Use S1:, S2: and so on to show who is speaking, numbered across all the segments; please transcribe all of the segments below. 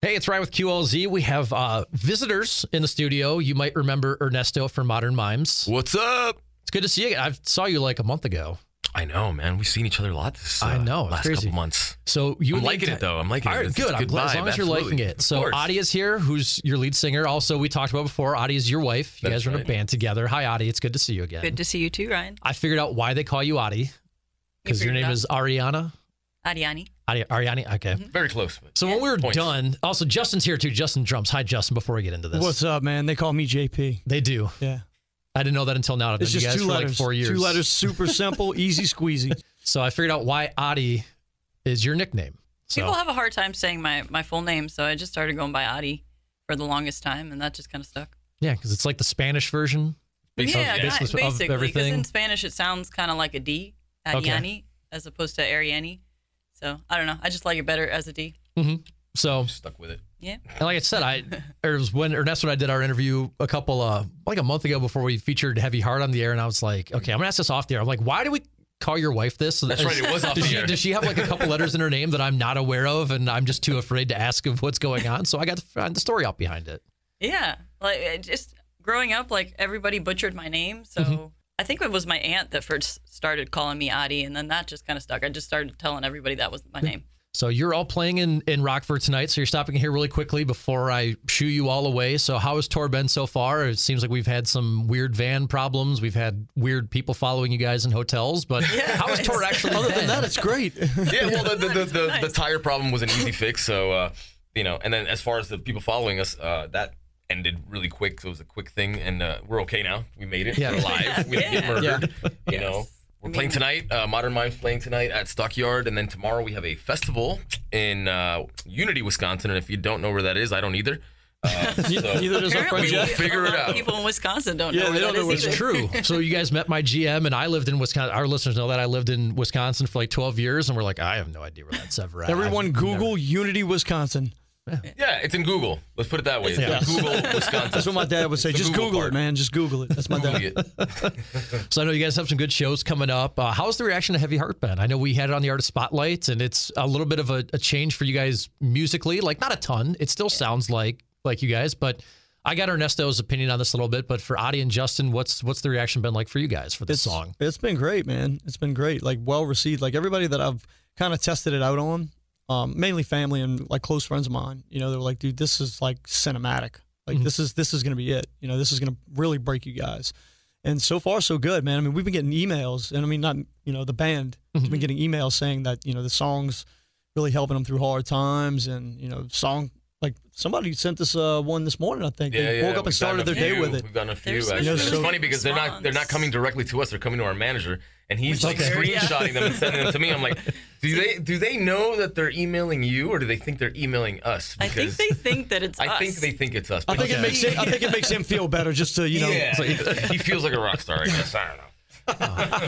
S1: Hey, it's Ryan with QLZ. We have uh, visitors in the studio. You might remember Ernesto from Modern Mimes.
S2: What's up?
S1: It's good to see you. I saw you like a month ago.
S2: I know, man. We've seen each other a lot this uh,
S1: I know, it's
S2: last
S1: crazy.
S2: couple months.
S1: So you
S2: I'm
S1: and
S2: liking
S1: Nate-
S2: it though. I'm liking
S1: All
S2: it.
S1: right,
S2: It's-
S1: good.
S2: it's a
S1: I'm glad as
S2: vibe,
S1: long as you're
S2: absolutely.
S1: liking it.
S2: Of
S1: So
S2: course.
S1: Adi is here, who's your lead singer. Also, we talked about before. Adi is your wife. You
S2: That's
S1: guys are in a
S2: right.
S1: band together. Hi, Adi. It's good to see you again.
S3: Good to see you too, Ryan.
S1: I figured out why they call you Adi because your
S3: figured it
S1: name
S3: out?
S1: is Ariana.
S3: Adiani.
S1: Adi, Ariani. Okay.
S2: very close. but-
S1: So when we were
S2: Points.
S1: done, also Justin's here too. Justin drums. Hi, Justin. Before we get into this,
S4: What's up, man? They call me JP.
S1: they do.
S4: Yeah.
S1: I didn't know that until now. I've known
S4: It's
S1: you
S4: just
S1: guys
S4: two
S1: for
S4: letters.
S1: like four years.
S4: Two letters, super simple, easy squeezy.
S1: So I figured out why Adi is your nickname. So
S3: People have a hard time saying my, my full name, so I just started going by Adi for the longest time, and that just kind of stuck.
S1: yeah, because it's like the Spanish version.
S3: yeah,
S1: of-
S3: kinda-
S1: basis of
S3: basically, because
S1: everything.
S3: in Spanish it sounds kind of like a D,
S1: Okay.
S3: Adiani, as opposed to Ariani. So I don't know. I just like it better as a D.
S1: So
S2: Stuck with it.
S3: Yeah.
S1: And like I said, I it was when Ernesto and I did our interview a couple uh like a month ago before we featured Heavy Heart on the air, and I was like, okay, I'm gonna ask this off the air. I'm like, why do we call your wife this?
S2: That's right. It was off
S1: Does
S2: the
S1: she,
S2: air.
S1: does she have like a couple letters in her name that I'm not aware of, and I'm just too afraid to ask of what's going on? So I got to find the story out behind it.
S3: Yeah. Like it just growing up, like everybody butchered my name. So
S1: Mm-hmm.
S3: I think it was my aunt that first started calling me Adi, and then that just kind of stuck. I just started telling everybody that was my name.
S1: So you're all playing in in Rockford tonight. So you're stopping here really quickly before I shoo you all away. So how has tour been so far? It seems like we've had some weird van problems. We've had weird people following you guys in hotels. But how has tour actually?
S4: Other
S1: been?
S4: than that, it's great.
S2: Yeah, well, the, the, the, the,
S3: Nice.
S2: the tire problem was an easy fix. So, uh, you know, and then as far as the people following us, uh, that ended really quick. So it was a quick thing, and uh, we're okay now. We made it.
S1: Yeah.
S2: We're alive. We didn't get
S3: Yeah.
S2: murdered. You know,
S3: Yes.
S2: we're playing tonight. Uh, Modern Minds playing tonight at Stockyard, and then tomorrow we have a festival in uh, Unity, Wisconsin. And if you don't know where that is, I don't either. Uh, so-
S4: Neither does our friend
S3: Apparently,
S2: We will
S4: Jeff.
S2: figure
S3: a
S2: it
S3: lot of
S2: out.
S3: People in Wisconsin don't
S4: Yeah,
S3: know.
S4: they
S3: where
S4: don't
S3: that
S4: know
S3: is
S4: what's
S3: either.
S1: It's true. So you guys met my GM, and I lived in Wisconsin. Our listeners know that I lived in Wisconsin for like 12 years, and we're like, I have no idea where that's ever at.
S4: Everyone
S1: I've
S4: Google
S1: never-
S4: Unity, Wisconsin.
S2: Yeah, it's in Google. Let's put it that way. It's in
S1: Yeah.
S2: Google, Wisconsin.
S4: That's what my dad would say.
S2: It's the
S4: Just Google,
S2: Google
S4: it,
S2: part.
S4: man. Just Google it. That's my
S2: Google
S4: dad.
S2: it.
S1: So I know you guys have some good shows coming up. Uh, how's the reaction to Heavy Heart been? I know we had it on the Artist Spotlight, and it's a little bit of a, a change for you guys musically. Like not a ton. It still sounds like like you guys, but. I got Ernesto's opinion on this a little bit, but for Adi and Justin, what's what's the reaction been like for you guys for this
S4: It's-
S1: song?
S4: It's been great, man. It's been great. Like well received. Like everybody that I've kind of tested it out on, um, mainly family and like close friends of mine. You know, they were like, dude, this is like cinematic. Like
S1: Mhm.
S4: this is this is gonna be it. You know, this is gonna really break you guys. And so far, so good, man. I mean, we've been getting emails, and I mean, not you know, the band has been getting emails saying that you know the songs really helping them through hard times, and you know, song like somebody sent us uh, one this morning. I think
S2: Yeah,
S4: they
S2: yeah.
S4: woke up
S2: we've
S4: and started
S2: gotten a
S4: their day
S2: few.
S4: with it.
S2: We've gotten a few.
S3: There's some
S2: Actually.
S4: really
S2: it's
S4: good
S2: funny because they're not they're not
S3: response.
S2: coming directly to us. They're coming to our manager, and he's like
S1: is
S3: weird.
S2: screenshotting them and sending them to me. I'm like, do they do they know that they're emailing you, or do they think they're emailing us?
S3: I think they think that it's.
S2: I think
S3: us.
S2: they think it's us.
S4: I think
S2: because-
S4: it makes it, I think it makes him feel better just to you know.
S2: yeah, he feels like a rock star. I guess I don't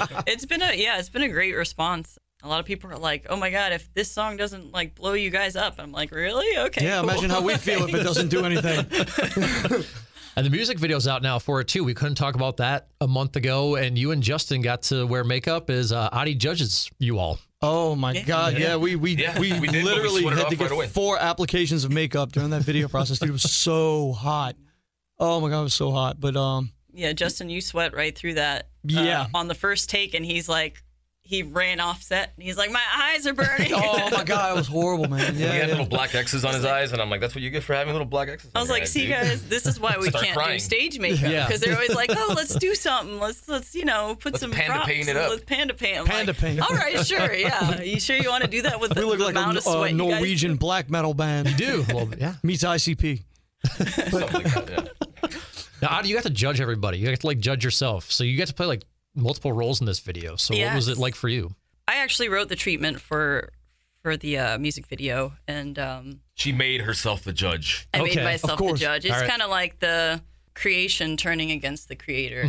S2: know.
S3: It's been a yeah, it's been a great response. A lot of people are like, "Oh my god, if this song doesn't like blow you guys up," I'm like, "Really? Okay."
S4: Yeah,
S3: cool."
S4: imagine how we feel if it doesn't do anything.
S1: And the music video's out now for it too. We couldn't talk about that a month ago, and you and Justin got to wear makeup as uh, Adi judges you all.
S4: Oh my God! Yeah, we we
S2: Yeah,
S4: we,
S2: we did, but we
S4: literally
S2: sweated
S4: had
S2: off
S4: to
S2: right
S4: get
S2: away.
S4: four applications of makeup during that video process. Dude, it was so hot. Oh my God, it was so hot. But um,
S3: yeah, Justin, you sweat right through that. uh,
S4: Yeah.
S3: on the first take, and he's like, he ran off set, and he's like, "My eyes are burning."
S4: oh my God, it was horrible, man.
S2: He
S4: Yeah,
S2: had
S4: yeah.
S2: little black X's on his eyes, and I'm like, that's what you get for having little black X's. on
S3: I was
S2: your
S3: like,
S2: eyes,
S3: "See,
S2: dude."
S3: guys, this is why we
S2: Start
S3: can't
S2: crying.
S3: do stage makeup because
S1: Yeah.
S3: they're always like, oh, let's do something. Let's let's you know put
S2: Let's
S3: some
S2: panda
S3: props
S2: paint it
S3: and
S2: up."
S3: Let's panda paint. I'm
S4: Panda
S3: like,
S4: paint.
S3: All right, sure, yeah. You sure you want to do that with the,
S4: We look
S3: the
S4: like
S3: amount of
S4: a,
S3: sweat?
S4: a
S3: you guys-
S4: Norwegian black metal band
S1: Do a little bit, yeah.
S4: meets ICP.
S2: Something like that, yeah.
S1: Now, Adi, you got to judge everybody. You got to like judge yourself. So you got to play like multiple roles in this video. So what was
S3: Yes.
S1: it like for you?
S3: I actually wrote the treatment for for the uh, music video, and um,
S2: She made herself the judge.
S3: I
S1: Okay,
S3: made
S1: of
S3: myself the
S4: course.
S3: judge. It's
S1: All right.
S3: kind of like the creation turning against the creator.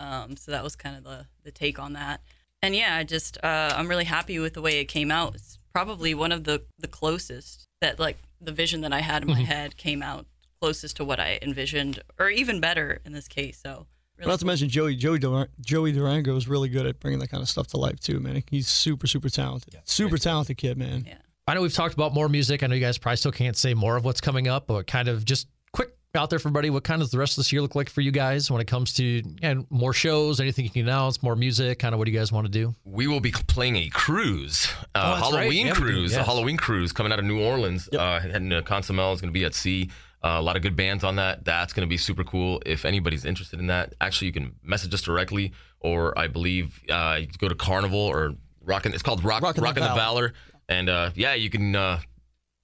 S3: Um, so that was kind of the the take on that. And yeah, I just uh, I'm really happy with the way it came out. It's probably one of the the closest that like the vision that I had in my head came out closest to what I envisioned, or even better in this case. So really
S4: Not to mention Joey Joey Dur- Joey Durango is really good at bringing that kind of stuff to life too, man. He's super super talented, super talented kid, man.
S3: Yeah.
S1: I know we've talked about more music. I know you guys probably still can't say more of what's coming up, but kind of just quick out there for everybody. What kind of the rest of this year look like for you guys when it comes to and more shows? Anything you can announce? More music? Kind of what do you guys want to do?
S2: we will be playing a cruise, uh,
S1: Oh, that's right.
S2: Halloween
S1: Yeah, we do.
S2: cruise, a
S1: Yes.
S2: Halloween cruise coming out of New Orleans. Uh, heading to Consummel is going to be at sea. Uh, a lot of good bands on that. That's going to be super cool. If anybody's interested in that, actually, you can message us directly, or I believe uh, you can go to Carnival or Rockin'. It's called Rock
S4: Rockin'
S2: Rockin',
S4: the
S2: the, Valor, and uh, yeah, you can uh,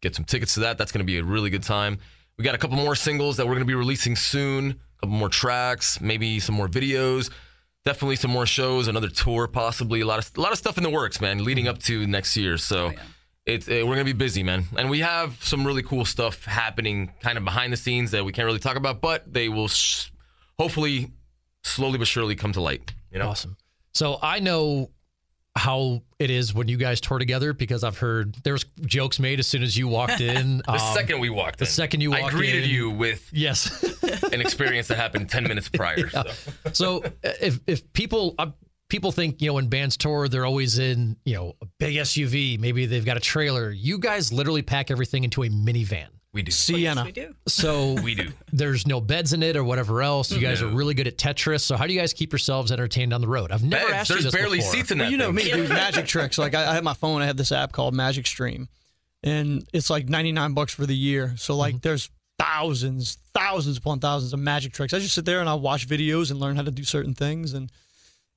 S2: get some tickets to that. That's going to be a really good time. We got a couple more singles that we're going to be releasing soon, a couple more tracks, maybe some more videos, definitely some more shows, another tour possibly, a lot of a lot of stuff in the works, man, leading up to next year. So
S1: Oh,
S2: it's eh, we're going to be busy, man. And we have some really cool stuff happening kind of behind the scenes that we can't really talk about, but they will sh- hopefully slowly but surely come to light, you know.
S1: Awesome. So I know how it is when you guys tour together because I've heard there's jokes made as soon as you walked in.
S2: The
S1: Um,
S2: second we walked in, the
S1: second you
S2: I
S1: walked
S2: greeted
S1: in-
S2: you with
S1: Yes.
S2: an experience that happened 10 minutes prior. So.
S1: so uh, if if people uh, people think you know when bands tour they're always in you know a big SUV maybe they've got a trailer you guys literally pack everything into a minivan
S2: We do.
S4: Sienna.
S3: we do.
S1: so
S2: We do.
S1: there's no beds in it or whatever else you guys are really good at Tetris so how do you guys keep yourselves entertained on the road I've never
S2: Beds,
S1: asked you
S2: there's
S1: this
S2: barely
S1: before.
S2: seats in that.
S4: Well, you know
S2: thing.
S4: me, dude. Magic tricks. Like I, I have my phone. I have this app called Magic Stream, and it's like ninety nine bucks for the year. So like,
S3: Mm-hmm.
S4: there's thousands, thousands upon thousands of magic tricks. I just sit there and I watch videos and learn how to do certain things. And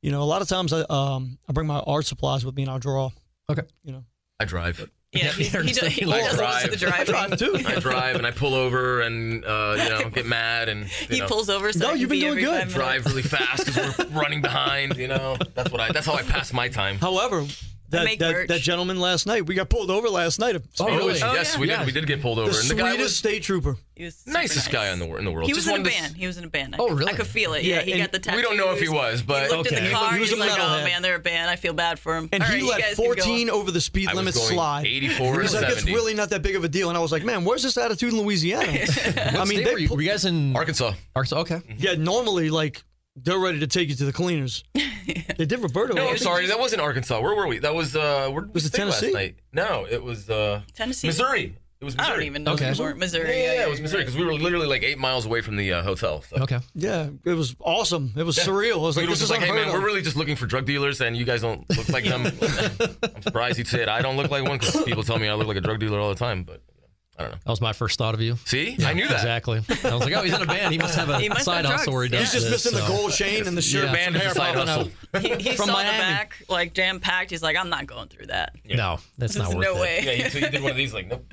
S4: you know, a lot of times I um I bring my art supplies with me and I'll draw.
S1: okay
S4: You know,
S2: I drive.
S3: Yeah, he, he, does, he
S1: I
S3: does most of the
S4: I
S3: driving.
S4: drive too.
S2: I drive and I pull over and uh, you know get mad and you
S3: He
S2: know,
S3: pulls over. So
S4: No,
S3: I can
S4: you've been
S3: pee every
S4: doing
S3: five
S4: good.
S3: minutes.
S2: drive really fast because we're running behind. You know that's what I. That's how I pass my time.
S4: However, that
S3: make
S4: that,
S3: merch.
S4: that gentleman last night, we got pulled over last night.
S1: Oh,
S2: You know,
S1: really?
S2: it's- yes, we
S1: yeah.
S2: did. We did get pulled
S4: The,
S2: over. and the guy
S4: sweetest
S2: was
S4: state trooper.
S3: He was super
S2: nicest
S3: nice.
S2: guy in the wor- in the world.
S3: He was
S2: Just
S3: in a
S2: wanted to s-
S3: band. He was in a band. I,
S1: Oh,
S3: could-
S1: really?
S3: I could feel it.
S4: Yeah,
S3: Yeah, he
S4: and
S3: got the tattoos.
S2: We don't know if he was, but
S3: He looked in
S1: Okay.
S3: the car.
S4: He
S3: He
S4: was
S3: was,
S4: a
S3: like, "Oh
S4: metalhead.
S3: man, they're a band. I feel bad for him."
S4: And
S3: All right,
S4: he
S3: you
S4: let
S3: guys can go.
S4: 14 over the speed
S2: I was
S4: limit
S2: going
S4: slide.
S2: 84
S4: He's
S2: and
S4: like, it's
S2: 70.
S4: really not that big of a deal. And I was like, man, where's this attitude in Louisiana? I
S1: I mean
S4: mean,
S1: were, you,
S4: pull-
S1: were you guys in
S2: Arkansas.
S1: Arkansas okay
S2: Mm-hmm.
S4: yeah, normally, like, they're ready to take you to the cleaners. They did Roberto.
S2: No,
S4: I
S2: I'm
S4: think.
S2: sorry, that wasn't Arkansas. Where were we? That was uh, where did
S4: Was
S2: we
S4: it
S2: stay last
S4: Tennessee?
S2: night? No, it was uh,
S3: Tennessee.
S2: Missouri. It was
S3: I
S2: Missouri.
S3: don't even know.
S1: Okay.
S3: Okay. Missouri. Missouri.
S2: Yeah, yeah, yeah, it was Missouri because we were literally like eight miles away from the uh, hotel. So.
S1: okay
S4: Yeah, it was awesome. It was surreal. I was like,
S2: Dude was
S4: this is
S2: just like, hey
S4: unheard
S2: man,
S4: of.
S2: we're really just looking for drug dealers, and you guys don't look like them. I'm surprised he said I don't look like one because people tell me I look like a drug dealer all the time. But I don't know.
S1: that was my first thought of you
S2: See, I knew that.
S1: exactly I was like oh he's in a band he must have
S3: He
S1: a
S3: must
S1: side
S3: have
S1: hustle where he does
S3: drugs.
S4: He's just
S1: this,
S4: missing the
S1: so.
S4: gold chain and the shirt.
S2: Your
S1: Yeah,
S2: band
S4: Some
S2: is a
S4: hair
S2: side
S4: popping out.
S2: hustle.
S3: He, he
S4: From
S3: saw
S4: Miami.
S3: the back like jam packed. He's like, "I'm not going through that.
S1: no that's
S3: There's
S1: not worth
S3: no
S1: it.
S3: way."
S2: yeah, you, so you did one of these like nope.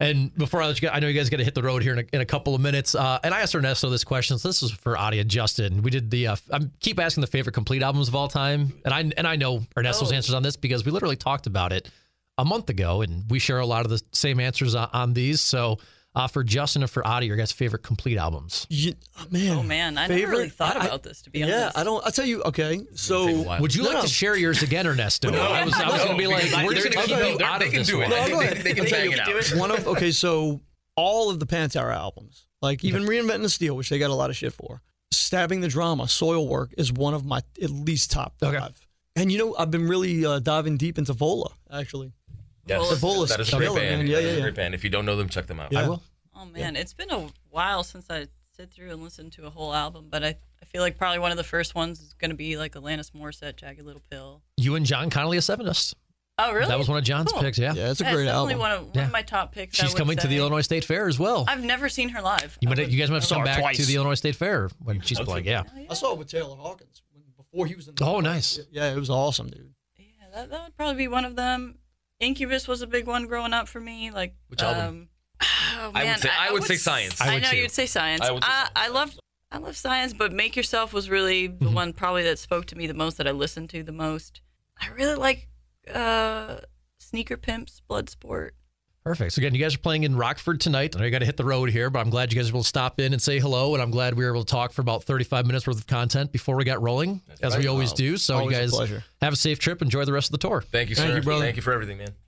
S1: And before I let you go, I know you guys got to hit the road here in a, in a couple of minutes. Uh, and I asked Ernesto this question. So this is for Adia Justin. We did the. Uh, I keep asking the favorite complete albums of all time, and I and I know
S2: Oh.
S1: Ernesto's answers on this because we literally talked about it a month ago, and we share a lot of the same answers on, on these. So uh, for Justin and for Adia, your guys' favorite complete albums.
S4: You- oh, man.
S3: Oh man, I never really
S4: Favorite?
S3: thought
S4: I-
S3: about this to be honest.
S4: Yeah, I don't. I'll tell you, okay,
S2: Take a
S4: so.
S2: while.
S1: Would you
S4: No,
S1: like
S4: no.
S1: to share yours again, Ernesto? I was, I was
S2: Uh,
S1: going to
S2: No,
S1: be like,
S2: because I-
S1: we're just
S2: they're
S1: going to
S2: gonna-
S1: keep you
S2: they're-
S1: out
S2: they
S1: of
S2: can
S1: this
S2: do it.
S1: one.
S2: I
S4: No,
S2: think
S4: go
S2: they, they can
S3: ahead.
S2: tag
S3: You
S2: it
S3: can do
S2: out.
S3: it.
S4: one of okay, so all of the Pantera albums, like even reinventing the steel, which they got a lot of shit for. Stabbing the drama, soil work is one of my at least top five.
S1: Okay.
S4: And you know, I've been really uh, diving deep into Vola actually.
S3: Well,
S2: Yes,
S4: Evola's
S2: that is a great
S4: killer,
S2: band.
S4: man. Yeah,
S2: That is
S4: yeah,
S2: a
S4: yeah.
S2: great band. If you don't know them, check them out.
S4: Yeah.
S1: I will.
S3: Oh man, it's been a while since I sit through and listened to a whole album, but I, I feel like probably one of the first ones is going to be like Alanis Morissette, Jagged Little Pill.
S1: You and John Connolly a sevenist.
S3: Oh really?
S1: That was one of John's
S3: Cool.
S1: picks. Yeah.
S4: Yeah, it's a
S3: That's
S4: great
S3: definitely
S4: album.
S3: one of, one
S1: Yeah.
S3: of my top picks. I
S1: She's
S3: would
S1: coming to
S3: say.
S1: the Illinois State Fair as well.
S3: I've never seen her live.
S1: You
S3: I
S1: might,
S3: would-
S1: you guys might have to
S4: Saw
S1: come
S4: her
S1: back to
S4: twice.
S1: the Illinois State Fair when she's playing. Yeah.
S3: Oh,
S4: I saw it with Taylor Hawkins when, before he was in.
S1: Oh, nice.
S4: Yeah, it was awesome, dude.
S3: Yeah, that, that would probably be one of them. Incubus was a big one growing up for me. Like
S2: Which album?
S3: um, oh,
S2: I would
S3: man,
S2: say- I would say
S3: s-
S2: Science.
S1: I
S3: I,
S1: would
S3: know
S1: too.
S3: you'd say science.
S2: I
S3: I,
S2: would say Science.
S3: I, loved I love science, but Make Yourself was really the
S1: Mm-hmm.
S3: one probably that spoke to me the most that I listened to the most. I really like uh, Sneaker Pimps, Bloodsport.
S1: Perfect. So again, you guys are playing in Rockford tonight. I know you got to hit the road here, but I'm glad you guys will stop in and say hello. And I'm glad we were able to talk for about 35 minutes worth of content before we got rolling, as we always do. So
S4: Always
S1: you
S4: a
S1: guys
S4: pleasure.
S1: have a safe trip. Enjoy the rest of the tour.
S2: Thank you, sir.
S4: Thank you, brother.
S2: Thank you for everything, man.